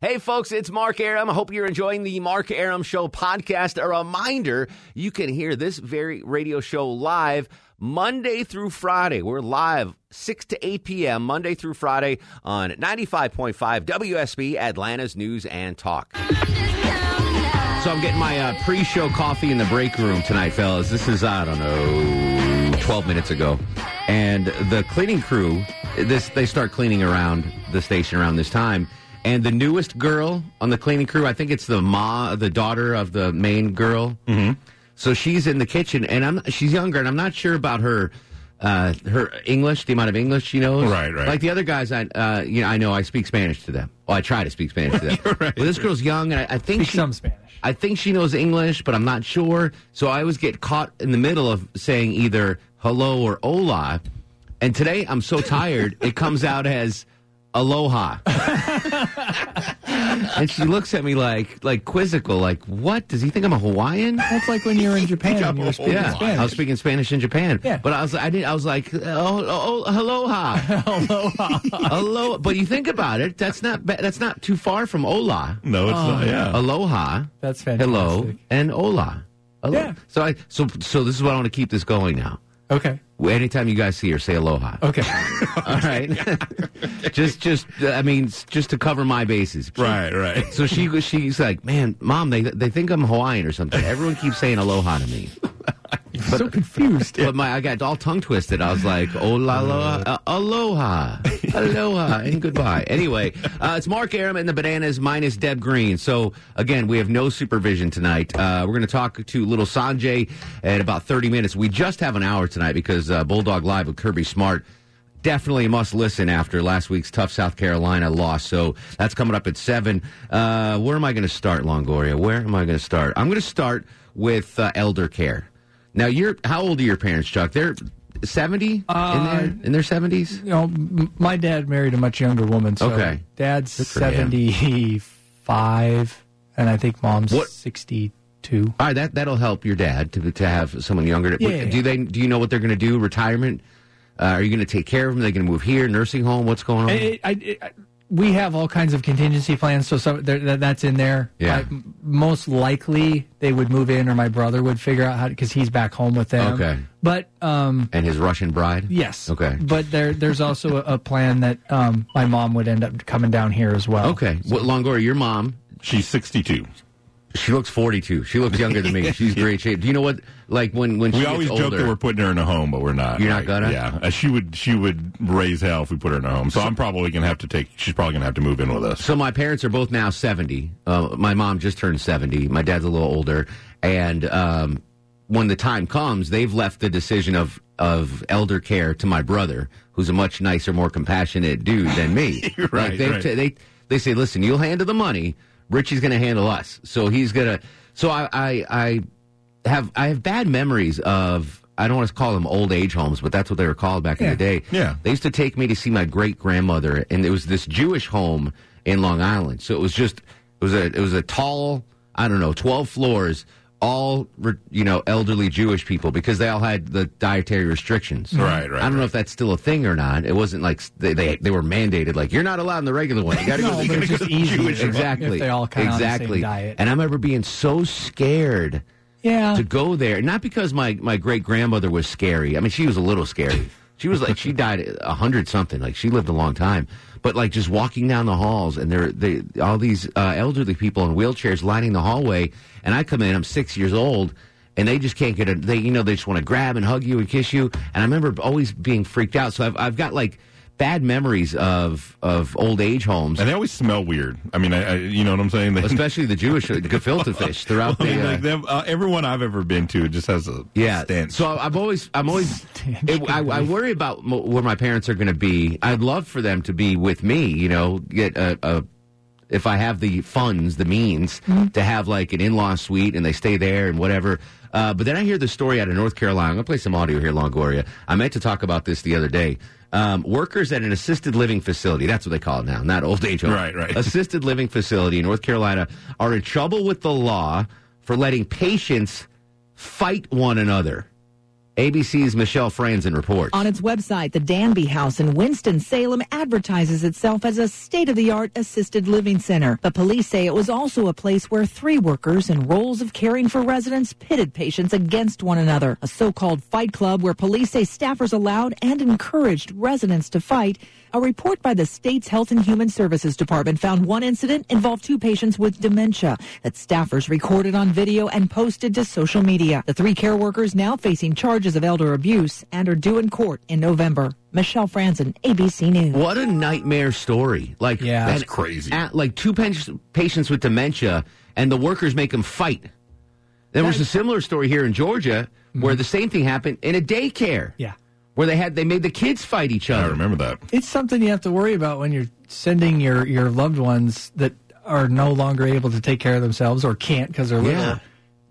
Hey, folks, it's Mark Aram. I hope you're enjoying the Mark Aram Show podcast. A reminder you can hear this very radio show live Monday through Friday. We're live 6 to 8 p.m. Monday through Friday on 95.5 WSB, Atlanta's News and Talk. So I'm getting my uh, pre show coffee in the break room tonight, fellas. This is, I don't know, 12 minutes ago. And the cleaning crew, this they start cleaning around the station around this time. And the newest girl on the cleaning crew, I think it's the ma, the daughter of the main girl. Mm-hmm. So she's in the kitchen, and I'm she's younger, and I'm not sure about her uh, her English, the amount of English she knows. Right, right. Like the other guys, I uh, you know I know I speak Spanish to them. Well, I try to speak Spanish to them. right. Well, this girl's young, and I, I think Speak she, some Spanish. I think she knows English, but I'm not sure. So I always get caught in the middle of saying either hello or hola. And today I'm so tired, it comes out as aloha. and she looks at me like like quizzical, like, what? Does he think I'm a Hawaiian? That's like when you're in Japan and you're speaking Yeah, I was Spanish. speaking Spanish in Japan. Yeah. But I was I did I was like, oh, oh, oh aloha. Aloha. But you think about it, that's not ba- that's not too far from hola. No, it's not. Yeah. Aloha. Oh. That's Hello fantastic. and hola. Hello. Yeah. So I so so this is what I want to keep this going now. Okay. Anytime you guys see her, say aloha. Okay. All right. just just uh, I mean s- just to cover my bases. She- Right, right. So she was- she's like, man, mom, they they think I'm Hawaiian or something. Everyone keeps saying aloha to me, so confused. but my I got all tongue twisted. I was like, oh la la, uh, aloha, aloha, and goodbye. Anyway, uh, it's Mark Aram and the Bananas minus Deb Green. So again, we have no supervision tonight. Uh, we're going to talk to little Sanjay in about 30 minutes. We just have an hour tonight because uh, Bulldog Live with Kirby Smart. Definitely a must listen after last week's tough South Carolina loss. So that's coming up at seven. Uh, where am I going to start, Longoria? Where am I going to start? I'm going to start with uh, elder care. Now, you're how old are your parents, Chuck? They're seventy Uh, in their in their seventies. You know, m- my dad married a much younger woman. So Okay. Dad's for him. 75, and I think mom's What- 62. All right, that that'll help your dad to to have someone younger. Yeah, yeah, do yeah. they do you know what they're going to do? Retirement? Uh, are you going to take care of them? They're going to move here, nursing home. What's going on? I, I, I- we have all kinds of contingency plans, so some, there, that, that's in there. Yeah. I- m- most likely they would move in, or my brother would figure out how because he's back home with them. Okay. But um, and his Russian bride? Yes. Okay. But there, there's also a, a plan that um, my mom would end up coming down here as well. Okay. What Longoria? Your mom? She's 62. She looks forty-two. She looks younger than me. She's great shape. Do you know what? Like when when she We gets always joke older, that we're putting her in a home, but we're not. You're not Like, gonna? Yeah, Uh, she would. She would raise hell if we put her in a home. So I'm probably gonna have to take. She's probably gonna have to move in with us. So my parents are both now seventy. Uh, my mom just turned seventy. My dad's a little older, and um, when the time comes, they've left the decision of of elder care to my brother, who's a much nicer, more compassionate dude than me. You're right, they right. they they say, listen, you'll handle the money. Richie's going to handle us. So he's going to. So I I. I have I have bad memories of I don't want to call them old age homes, but that's what they were called back in the day. Yeah. They used to take me to see my great grandmother and it was this Jewish home in Long Island. So it was just it was a it was a tall, I don't know, 12 floors all re- you know elderly Jewish people because they all had the dietary restrictions. Right, right, I don't know right. if that's still a thing or not. It wasn't like s- they they, they were mandated like you're not allowed in the regular one. You got to go No, to the but it's just easy if, Exactly. if they all kind of exactly. on the same diet. And I remember being so scared yeah. to go there. Not because my my great grandmother was scary. I mean, she was a little scary. She was like she died a hundred something. Like she lived a long time. But like just walking down the halls and there they all these uh, elderly people in wheelchairs lining the hallway. And I come in. I'm six years old. And they just can't get a. They, you know, they just want to grab and hug you and kiss you. And I remember always being freaked out. So I've, I've got like bad memories of of old age homes, And they always smell weird. I mean, I, I you know what I'm saying? They, especially the Jewish gefilte fish throughout I the. mean, uh, like them, uh, everyone I've ever been to just has a Yeah. stench. So I'm always, I'm always, it, I, I worry about mo- where my parents are going to be. I'd love for them to be with me, you know, get a, a if I have the funds, the means to have like an in law suite and they stay there and whatever. Uh, but then I hear the story out of North Carolina. I'm going to play some audio here, Longoria. I meant to talk about this the other day. Um, workers at an assisted living facility, that's what they call it now, not old age home. Right, right. Assisted living facility in North Carolina are in trouble with the law for letting patients fight one another. ABC's Michelle Franzen reports. On its website, the Danby House in Winston-Salem advertises itself as a state-of-the-art assisted living center. But police say it was also a place where three workers in roles of caring for residents pitted patients against one another. A so-called fight club where police say staffers allowed and encouraged residents to fight. A report by the state's Health and Human Services Department found one incident involved two patients with dementia that staffers recorded on video and posted to social media. The three care workers now facing charges of elder abuse and are due in court in November. Michelle Franzen, ABC News. What a nightmare story! Like Yeah. and That's crazy. At, like two pen- patients with dementia, and the workers make them fight. There was a similar story here in Georgia where the same thing happened in a daycare. Mm-hmm. Yeah. where they had they made the kids fight each I other. remember that. It's something you have to worry about when you're sending your, your loved ones that are no longer able to take care of themselves or can't because they're little Yeah.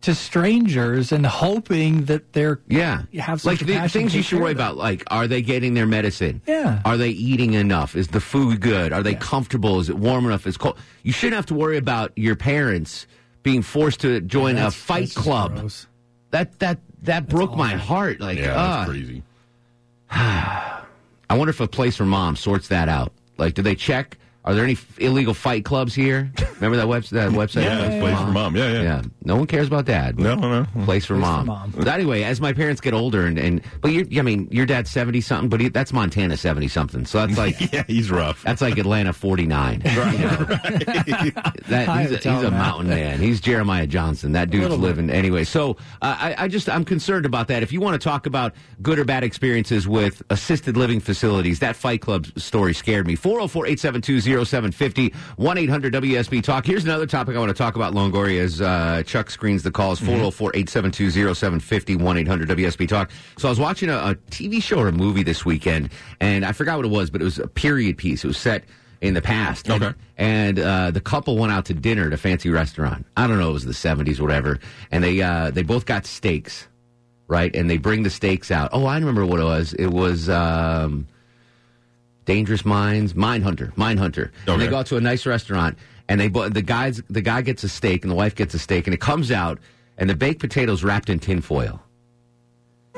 to strangers and hoping that they're Yeah, you have some like the compassion, things you take should care worry of them. about. Like, are they getting their medicine? Yeah. Are they eating enough? Is the food good? Are they comfortable? Is it warm enough? Is it cold? You shouldn't have to worry about your parents being forced to join a That's- fight that's just club. gross. That that that broke my heart. Like, Yeah, ah. that's crazy. I wonder if a place for mom sorts that out. Like, do they check? Are there any f- illegal fight clubs here? Remember that, webs- that website? Yeah, it's place for mom. Yeah, yeah. Yeah, no one cares about dad. No, no. Place for mom. mom. But anyway, as my parents get older, and, and but you're, I mean, your dad's seventy something, but he, that's Montana seventy something, so that's like Yeah, he's rough. that's like Atlanta forty nine. That, I he's a, would tell he's a him that. mountain man. He's Jeremiah Johnson. That dude's living anyway. So uh, I, I just I'm concerned about that. If you want to talk about good or bad experiences with assisted living facilities, that Fight Club story scared me. 404-872-0750, 1-800-WSB Talk. Here's another topic I want to talk about, Longoria, as uh, Chuck screens the calls, Mm-hmm. 404-872-0750, 1-800-WSB Talk. So I was watching a, a TV show or a movie this weekend, and I forgot what it was, but it was a period piece. It was set in the past. Okay. And- and uh, the couple went out to dinner at a fancy restaurant. I don't know, it was the seventies, whatever. And they uh, they both got steaks, right? And they bring the steaks out. Oh, I remember what it was. It was um, Dangerous Minds, Mindhunter, Mindhunter. And they Okay. go out to a nice restaurant, and they bo- the guys the guy gets a steak and the wife gets a steak, and it comes out, and the baked potatoes wrapped in tinfoil.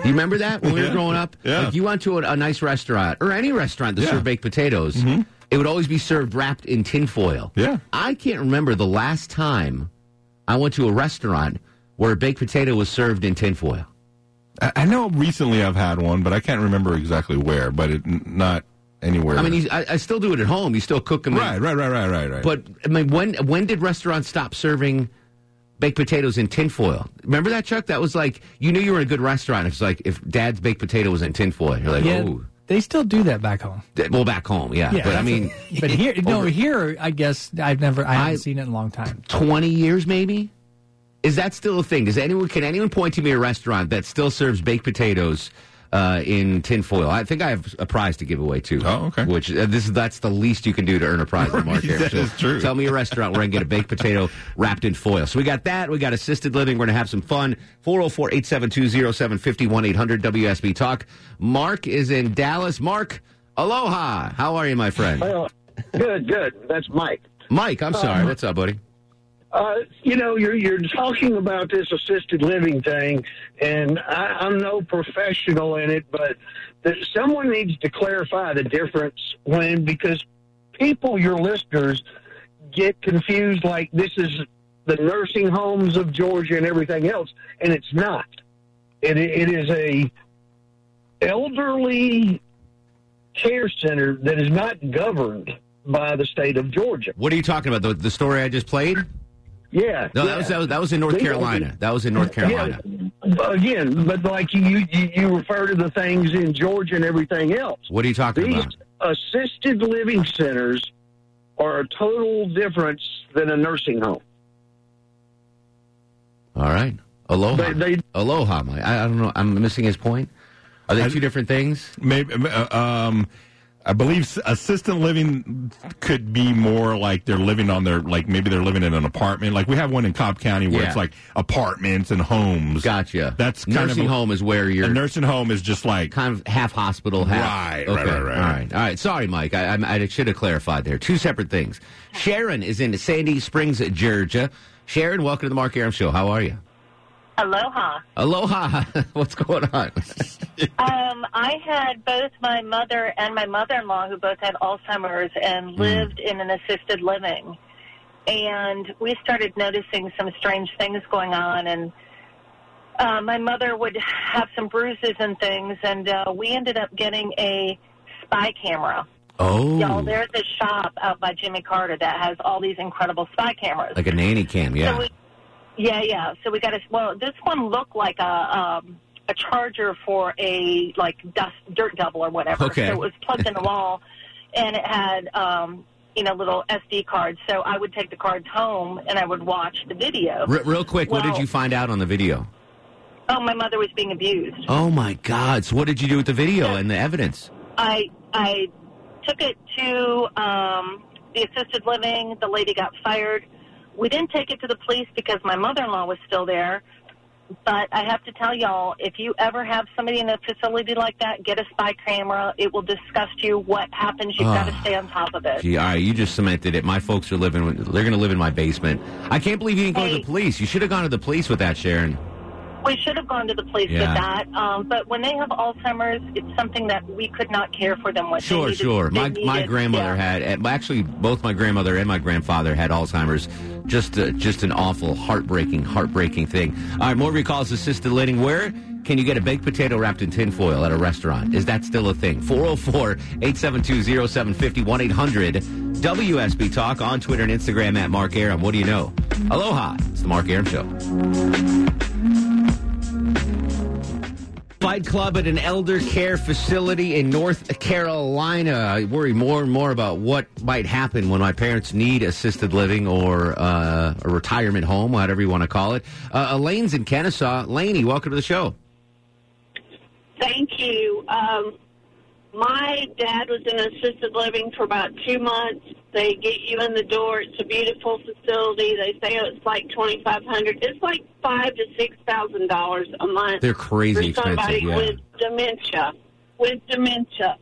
Do you remember that when we were Yeah. growing up? Yeah. Like you went to a, a nice restaurant or any restaurant that Yeah. Mm-hmm. served baked potatoes, it would always be served wrapped in tinfoil. Yeah. I can't remember the last time I went to a restaurant where a baked potato was served in tinfoil. I, I know recently I've had one, but I can't remember exactly where. But it n- not anywhere. I mean, you, I, I still do it at home. You still cook them. in- right, right, right, right, right, right. But I mean, when when did restaurants stop serving baked potatoes in tinfoil? Remember that, Chuck? That was like you knew you were in a good restaurant. It's like if Dad's baked potato was in tinfoil, you're like, Yeah, oh, they still do that back home. well, back home, yeah. Yeah, but I that's mean, But here, no, here, I guess I've never, I haven't I- seen it in a long time. 20 years maybe is that still a thing does anyone can anyone point to me a restaurant that still serves baked potatoes uh, in tinfoil i think i have a prize to give away too Oh, okay. which uh, this that's the least you can do to earn a prize in mark Aaron that Show. is true. tell me a restaurant where i can get a baked potato wrapped in foil so we got that we got assisted living we're gonna have some fun 404-872-0750 800 wsb talk mark is in dallas mark aloha how are you my friend Well, good, good. That's Mike. mike i'm sorry what's up buddy Uh, you know, you're you're talking about this assisted living thing, and I, I'm no professional in it, but that someone needs to clarify the difference when because people, your listeners, get confused. Like this is the nursing homes of Georgia and everything else, and it's not. It it is a elderly care center that is not governed by the state of Georgia. what are you talking about the, the story i just played Yeah. No, yeah. that was that was, that was in North They- Carolina. That was in North Carolina. Yeah, again, but like you, you, you refer to the things in Georgia and everything else. What are you talking These about? assisted living centers are a total difference than a nursing home. All right, aloha, They- they- aloha. Mike. I, I don't know. I'm missing his point. Are they I- two different things? Maybe uh, um, I believe s- assisted living could be more like they're living on their like maybe they're living in an apartment. Like we have one in Cobb County where Yeah. it's like apartments and homes. Gotcha. That's kind nursing of a- home is where A you're nursing home is just like kind of half hospital, half. Right, right, right, right. All right, all right. Sorry, Mike. I, I, I should have clarified there. Two separate things. Sharon is in Sandy Springs, Georgia. Sharon, welcome to the Mark Aram Show. How are you? Aloha. Aloha. What's going on? Um, I had both my mother and my mother-in-law, who both had Alzheimer's, and lived in an assisted living. And we started noticing some strange things going on, and uh, my mother would have some bruises and things, and uh, we ended up getting a spy camera. Y'all, Oh, there's a shop out by Jimmy Carter that has all these incredible spy cameras. like a nanny cam. So Yeah. we, yeah, yeah. So we got a well. This one looked like a um, a charger for a like dust dirt double or whatever. Okay. So it was plugged in the wall, and it had um, you know little SD cards. So I would take the cards home and I would watch the video. Re- real quick, what did Well- you find out on the video? Oh, my mother was being abused. Oh my God! So what did you do with the video and the evidence? I I took it to um, the assisted living. The lady got fired. We didn't take it to the police because my mother-in-law was still there. But I have to tell y'all, if you ever have somebody in a facility like that, get a spy camera. It will disgust you what happens. You've got Ah. to stay on top of it. Gee, all right, you just cemented it. My folks are living. with- They're going to live in my basement. I can't believe you didn't go to Hey. the police. You should have gone to the police with that, Sharon. We should have gone to the police Yeah. with that. Um, but when they have Alzheimer's, it's something that we could not care for them with. They Sure, needed- sure. they My my needed- yeah. grandmother had had uh, actually both my grandmother and my grandfather had Alzheimer's. Just uh, just an awful, heartbreaking, heartbreaking thing. All right, more recalls assisted living. Where can you get a baked potato wrapped in tinfoil at a restaurant? Is that still a thing? 404-872-0750 800 WSB Talk on Twitter and Instagram at Mark Aram. What do you know? Aloha. It's the Mark Aram Show. Fight Club at an elder care facility in North Carolina. I worry more and more about what might happen when my parents need assisted living or uh, a retirement home, whatever you want to call it. Uh, Elaine's in Kennesaw. Laney, welcome to the show. Thank you. Um, my dad was in assisted living for about two months. They get you in the door. It's a beautiful facility. They say it's like twenty five hundred. It's like five to six thousand dollars a month They're crazy for somebody expensive. Yeah. with dementia. With dementia,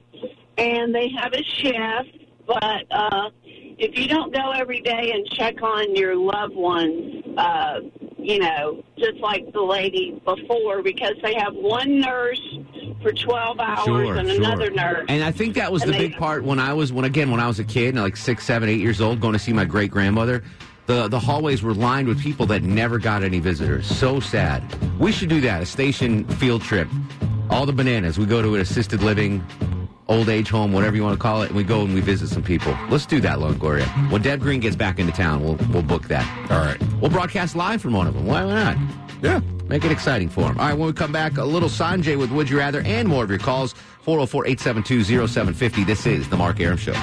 and they have a chef. But uh, if you don't go every day and check on your loved ones, uh, you know, just like the lady before, because they have one nurse for twelve hours Sure, and sure. another nurse. And I think that was And the they- big part when I was when again when I was a kid, like six, seven, eight years old, going to see my great grandmother. The the hallways were lined with people that never got any visitors. So sad. We should do that. A station field trip. All the bananas. We go to an assisted living, old age home, whatever you want to call it, and we go and we visit some people. Let's do that, Longoria. When Deb Green gets back into town, we'll we'll book that. all right. We'll broadcast live from one of them. Why not? Yeah. Make it exciting for him. All right, when we come back, a little Sanjay with Would You Rather and more of your calls. 404 872 0750. This is The Mark Aram Show.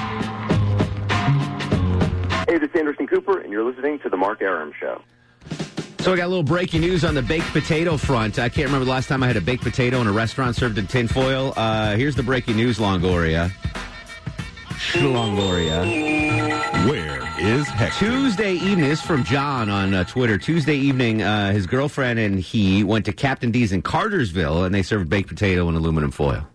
Hey, this is Anderson Cooper, and you're listening to The Mark Aram Show. So, I got a little breaking news on the baked potato front. I can't remember the last time I had a baked potato in a restaurant served in tinfoil. Uh, here's the breaking news, Longoria. Longoria. Where is Hector? Tuesday evening, this is from John on uh, Twitter. Tuesday evening, uh, his girlfriend and he went to Captain D's in Cartersville, and they served baked potato in aluminum foil.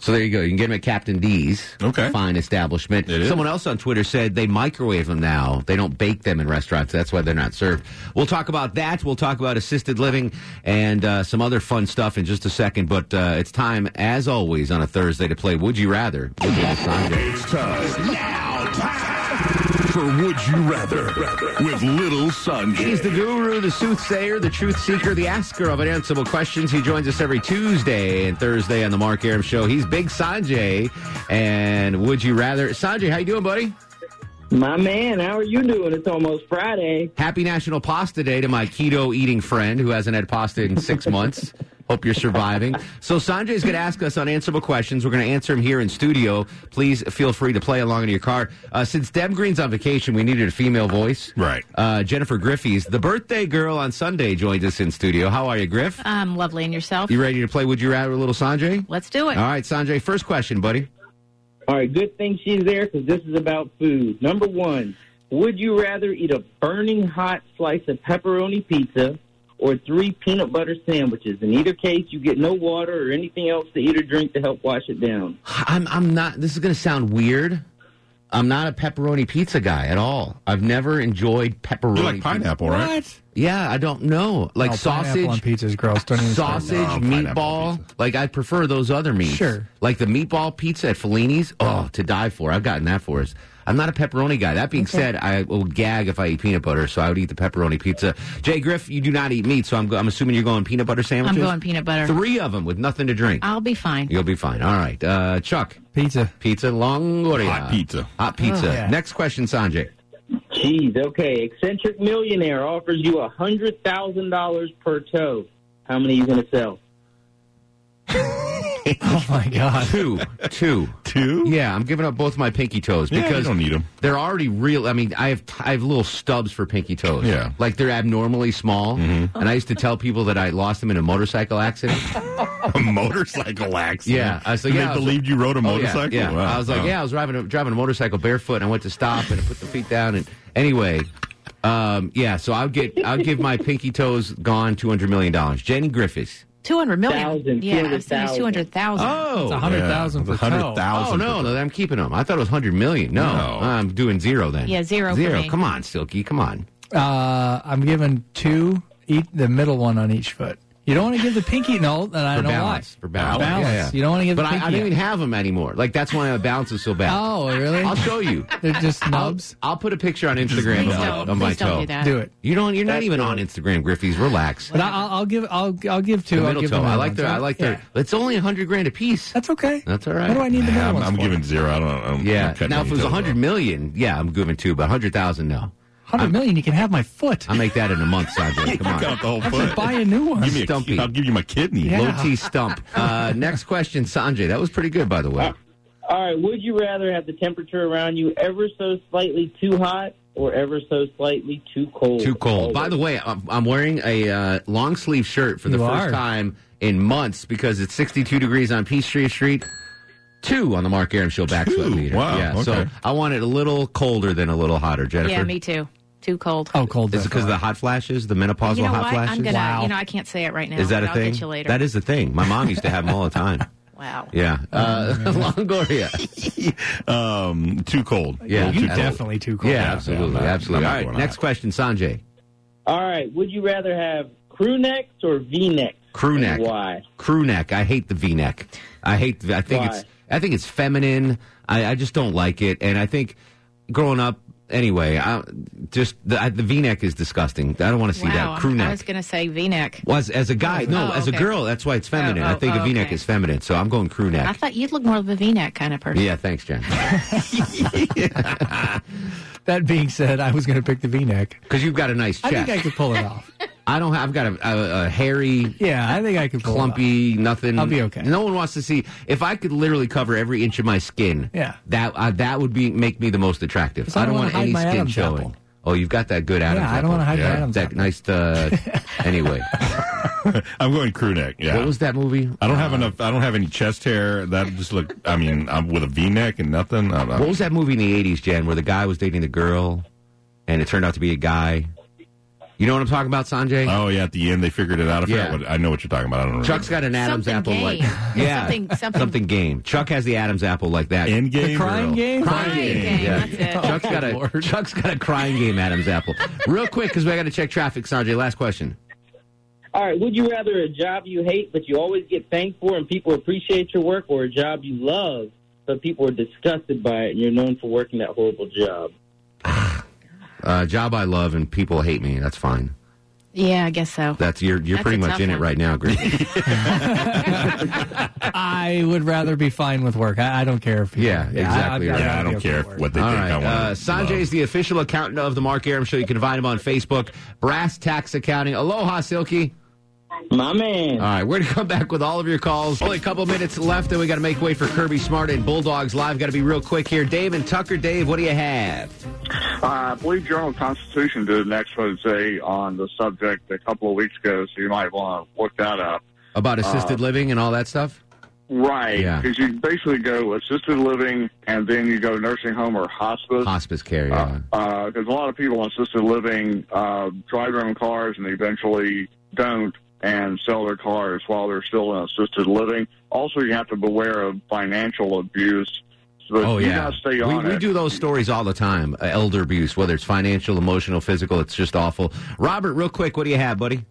So there you go. You can get them at Captain D's. Okay. Fine establishment. It is. Someone else on Twitter said they microwave them now. They don't bake them in restaurants. That's why they're not served. We'll talk about that. We'll talk about assisted living and uh, some other fun stuff in just a second. But uh, it's time, as always, on a Thursday to play Would You Rather. with Alessandro. It's time now time for Would You Rather with Little He's Sanjay. the guru, the soothsayer, the truth seeker, the asker of unanswerable questions. He joins us every Tuesday and Thursday on the Mark Aram Show. He's Big Sanjay, and would you rather? Sanjay, how you doing, buddy? My man, how are you doing? It's almost Friday. Happy National Pasta Day to my keto eating friend who hasn't had pasta in six months. Hope you're surviving. So Sanjay's going to ask us unanswerable questions. We're going to answer them here in studio. Please feel free to play along in your car. Uh, since Deb Green's on vacation, we needed a female voice. Right. Uh, Jennifer Griffey's the birthday girl on Sunday joins us in studio. How are you, Griff? Um, lovely. And yourself? You ready to play Would You Rather, little Sanjay? Let's do All it. right, Sanjay. First question, buddy. All right, good thing she's there because this is about food. Number one, would you rather eat a burning hot slice of pepperoni pizza or three peanut butter sandwiches? In either case, you get no water or anything else to eat or drink to help wash it down. I'm I'm not. This is going to sound weird. I'm not a pepperoni pizza guy at all. I've never enjoyed pepperoni. You like pineapple, right? What? Yeah, I don't know. Like No, pineapple sausage on pizza is gross. Don't even start. sausage, No, pineapple meatball. Like I prefer those other meats. Sure. Like the meatball pizza at Fellini's. Oh, to die for. I've gotten that for us. I'm not a pepperoni guy. That being said, I will gag if I eat peanut butter, so I would eat the pepperoni pizza. Jay Griff, you do not eat meat, so I'm, go- I'm assuming you're going peanut butter sandwiches. I'm going peanut butter. Three of them with nothing to drink. I'll be fine. You'll be fine. All right, uh, Chuck. Pizza. Pizza Longoria. Hot pizza. Hot pizza. Oh, yeah. Next question, Sanjay. Jeez, okay. Eccentric millionaire offers you a hundred thousand dollars per toe. How many are you going to sell? Oh my god. Two, two. Two? Yeah, I'm giving up both my pinky toes Yeah, you because don't need 'em. They're already real. I mean, I have t- I have little stubs for pinky toes. Yeah. Mm-hmm. like they're abnormally small. And I used to tell people that I lost them in a motorcycle accident. A motorcycle accident. Yeah, I said, And yeah, They I was believed you rode a Oh, yeah, motorcycle. Yeah, Wow. I was like, Wow. yeah, I was driving a, driving a motorcycle barefoot, and I went to stop and I put the feet down. And anyway, um, yeah, so I'll get I'll give my pinky toes gone two hundred million dollars. Jenny Griffiths. Two hundred million. Thousand, yeah, I was thinking 200,000. two hundred thousand. It's Oh. 100,000 for hundred toe. Oh thousand. no, no, I'm keeping them. I thought it was hundred million. No, No. I'm doing zero then. Yeah, zero for Zero. me. Come on, Silky. Come on. Uh, I'm giving two, eat the middle one on each foot. You don't want to give the pinky no, and I For don't know balance. why. For balance. Balance. Yeah, yeah. You don't want to give But the I, pinky. I don't even up. have them anymore. Like that's why my balance is so bad. oh, really? I'll show you. They're just nubs. I'll put a picture on Instagram Please of my, don't. of my Please toe. don't do that. Do it. You don't. You're not even on Instagram, Griffies. Relax. But I- I'll, I'll give. I'll. I'll give two. The I'll middle give toe. the I middle like ones. their. I Yeah. like their. It's only a hundred grand a piece. That's okay. That's all right. What do I need the middle Yeah, I'm, ones I'm for? giving zero. I don't. I don't yeah. I'm cutting Now if any it was a toes hundred off. million, yeah, I'm giving two. But a hundred thousand, no. Hundred million. You can have my foot. I'll make that in a month, Sanjay. Come on. Count the whole foot. Buy a new one. Give me a, Stumpy. I'll give you my kidney. Yeah. Low T stump. Uh, next question, Sanjay. That was pretty good, by the way. Ah. All right. Would you rather have the temperature around you ever so slightly too hot or ever so slightly too cold? Too Oh, cold. By the way, I'm I'm wearing a uh, long sleeve shirt for the You first are. time in months because it's 62 degrees on Peachtree Street. Two on the Mark Aram Show back sweat Two? meter. Wow, Yeah, so okay. I want it a little colder than a little hotter, Jennifer. Yeah, me too. Too cold. Oh, cold. Is it because of the hot flashes, the menopausal you know hot what? flashes? I'm gonna. You know, I can't say it right now. Is that but a I'll thing? Get you later. That is a thing. My mom used to have them all the time. Wow. Yeah. Oh, Uh, Longoria. Um, too cold. A Yeah. little You too cold. definitely too cold. Yeah, absolutely. I'm not- absolutely. I'm All not right. going Next out. question, Sanjay. All right. Would you rather have crew necks or V necks? Crew And neck. Why? Crew neck. I hate the V neck. I hate. The, I think Why? it's. I think it's feminine. I, I just don't like it. And I think growing up, anyway, I just the, I, the V neck is disgusting. I don't want to see Wow. that crew I neck. was gonna say V-neck. Well, as, as a guy, no, Oh, as a okay. girl, that's why it's feminine. Oh, I oh, think a oh, V neck okay. is feminine, so I'm going crew I neck. thought you'd look more of a V-neck kind of person. Yeah, thanks, Jen. That being said, I was going to pick the V-neck. Because you've got a nice I chest. think I could pull it off. I don't. Have, I've got a, a, a hairy, Yeah, I think I could pull it clumpy, nothing. I'll be okay. No one wants to see if I could literally cover every inch of my skin. Yeah. that uh, that would be make me the most attractive. I I don't don't want wanna any hide my skin Adam's showing. apple. Oh, you've got that good Adam's Yeah, I apple. don't wanna hide my Adam's that apple. nice. Uh, anyway, I'm going crew neck. Yeah. what was that movie? I don't have enough. I don't have any chest hair. That just look. I mean, I'm with a V-neck and nothing. I'm, I'm, What was that movie in the '80s, Jen, where the guy was dating the girl, and it turned out to be a guy? You know what I'm talking about, Sanjay? oh yeah, at the end they figured it out. I forgot Yeah. what I know what you're talking about. I don't remember. Chuck's got an Adam's Something apple game. like yeah, Yeah, something- something- game. Chuck has the Adam's apple like that. end game. The crime girl. game? Oh, Crying game. Yeah. That's it. Chuck's got a Chuck's got a crying game. Adam's apple. Real quick, because we got to check traffic. Sanjay, last question. All right. Would you rather a job you hate but you always get thanked for and people appreciate your work, or a job you love but people are disgusted by it and you're known for working that horrible job? Uh, job I love and people hate me. That's fine. Yeah, I guess so. That's you're you're That's pretty a much tough in it one. right now, Greg. off. I would rather be fine with work. I, I don't care if. Yeah, I'd- exactly right. I'd rather Yeah, I be don't okay care with work. what they All think. right. I want. Uh, Sanjay is the official accountant of the Mark Aram Show. You can find him on Facebook. Brass Tax Accounting. Aloha, Silky. My man. All right, we're going to come back with all of your calls. Only a couple minutes left, and we got to make way for Kirby Smart and Bulldogs Live. Got to be real quick here. Dave and Tucker. Dave, what do you have? Uh, I believe Journal Constitution did an expose on the subject a couple of weeks ago, so you might want to look that up. Uh, Uh, About assisted living and all that stuff? Right. Yeah. Because you basically go assisted living and then you go nursing home or hospice. Hospice care, yeah. Because a lot of people in assisted living uh, drive their own cars and eventually don't and sell their cars while they're still in assisted living. Also, you have to beware of financial abuse. So oh you yeah, gotta stay we, on we it. do those stories all the time. Uh, elder abuse, whether it's financial, emotional, physical, it's just awful. Robert, real quick, what do you have, buddy?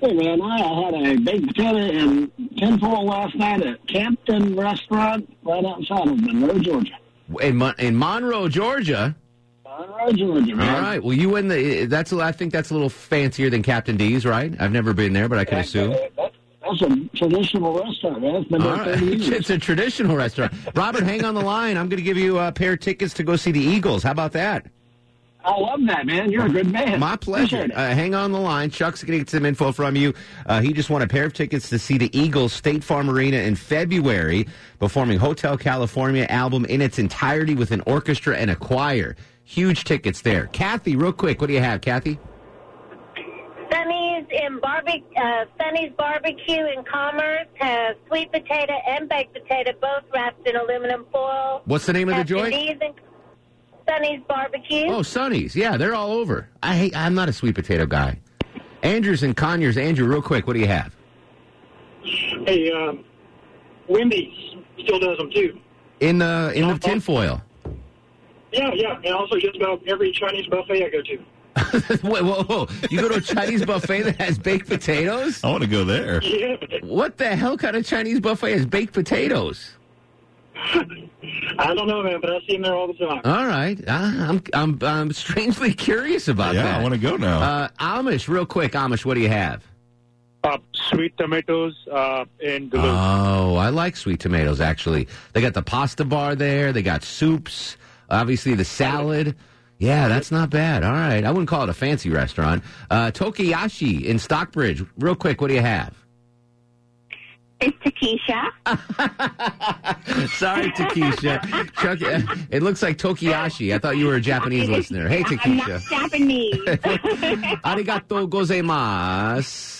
Hey man, I had a big dinner in tinfoil last night at Captain Restaurant Uh, right outside of Monroe, Georgia. In Mon- in Monroe, Georgia. Monroe, Georgia, man. All right. Well, you win the. uh, That's. a- I think that's a little fancier than Captain D's, right? I've never been there, but I can assume. That's a traditional restaurant, man. It's been there All right. 30 years. it's a traditional restaurant. Robert, hang on the line. I'm going to give you a pair of tickets to go see the Eagles. How about that? I love that, man. You're a good man. My pleasure. Uh, hang on the line. Chuck's going to get some info from you. Uh, he just won a pair of tickets to see the Eagles State Farm Arena in February, performing Hotel California album in its entirety with an orchestra and a choir. Huge tickets there. Kathy, real quick, what do you have, Kathy? Sunny's in barbe- uh, Sunny's Barbecue in Commerce has sweet potato and baked potato, both wrapped in aluminum foil. What's the name of the joint? Sunny's and- Sunny's Barbecue. Oh, Sonny's. Yeah, they're all over. I hate, I'm not a sweet potato guy. Andrews and Conyers. Andrew, real quick, what do you have? Hey, um, Wendy's still does them too. In the in the tinfoil. Yeah, yeah, and also just about every Chinese buffet I go to. whoa, whoa, whoa. You go to a Chinese buffet that has baked potatoes? I want to go there. Yeah. What the hell kind of Chinese buffet has baked potatoes? I don't know, man, but I see them there all the time. All right. Ah, I'm, I'm, I'm strangely curious about Yeah, that. I wanna go now. Uh, Amish, real quick, Amish, what do you have? Uh, sweet tomatoes uh, and Ah, Duluth. Oh, I like sweet tomatoes, actually. They got the pasta bar there, they got soups, obviously the salad. Yeah, that's not bad. All right. I wouldn't call it a fancy restaurant. Uh, Tokiyashi in Stockbridge. Real quick, what do you have? It's Takesha. Sorry, Takesha. Chuck, uh, it looks like Tokiyashi. I thought you were a Japanese listener. Hey, I'm not Takesha. Japanese. Arigato gozaimasu.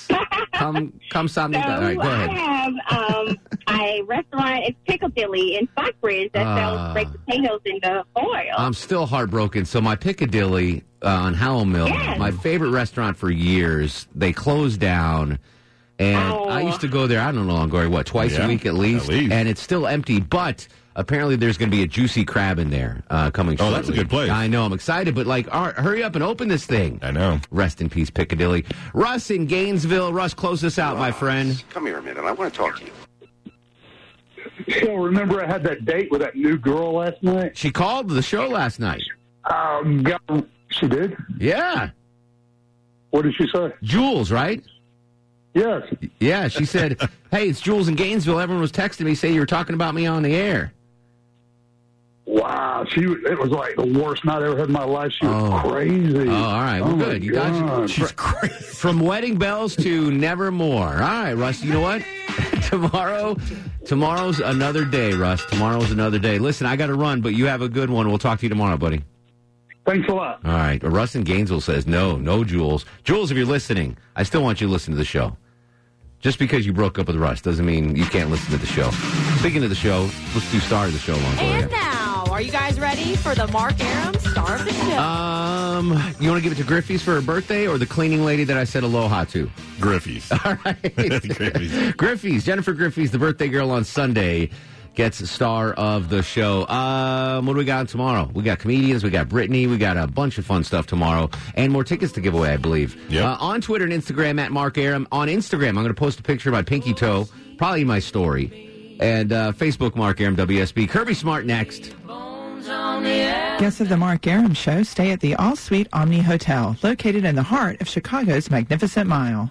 Come, come, So something. All right, go I ahead. have um, a restaurant. It's Piccadilly in Stockbridge that Ah. sells baked potatoes in the oil. I'm still heartbroken. So my Piccadilly uh, on Howell Mill, my favorite restaurant for years, they closed down. And I used to go there, I don't know, Longoria, what, twice Yeah, a week at least? And it's still empty, but apparently there's going to be a juicy crab in there uh, coming Oh, that's a shortly. good place. I know, I'm excited, but like, all right, hurry up and open this thing. I know. Rest in peace, Piccadilly. Russ in Gainesville. Russ, close this out, my friend. Come here a minute. I want to talk to you. So remember, I had that date with that new girl last night. She called the show last night. Um, got, she did. Yeah. What did she say? Jules, right? Yes. Yeah, she said, "Hey, it's Jules in Gainesville. Everyone was texting me saying you were talking about me on the air." Wow, she it was like the worst night I ever had in my life. She was crazy. Oh, all right, well, Oh, my good. You got God. it. From wedding bells to nevermore. All right, Russ. You know what? Tomorrow, tomorrow's another day, Russ. Tomorrow's another day. Listen, I got to run, but you have a good one. We'll talk to you tomorrow, buddy. Thanks a lot. All right, Russ in Gainesville says no, no, Jules. Jules, if you're listening, I still want you to listen to the show. Just because you broke up with Russ doesn't mean you can't listen to the show. Speaking of the show, let's do star of the show, Longoria. And now, are you guys ready for the Mark Aram Star of the Show? Um, you want to give it to Griffey's for her birthday or the cleaning lady that I said aloha to? Griffey's. All right. Griffey's. Jennifer Griffey's, the birthday girl on Sunday, gets star of the show. Um, what do we got tomorrow? We got comedians, we got Brittany, we got a bunch of fun stuff tomorrow, and more tickets to give away, I believe. Uh, on Twitter and Instagram, at Mark Aram. On Instagram, I'm going to post a picture of my pinky toe, probably my story. And uh, Facebook, Mark Aram WSB. Kirby Smart next. Guests of the Mark Aram Show stay at the All Suite Omni Hotel, located in the heart of Chicago's Magnificent Mile.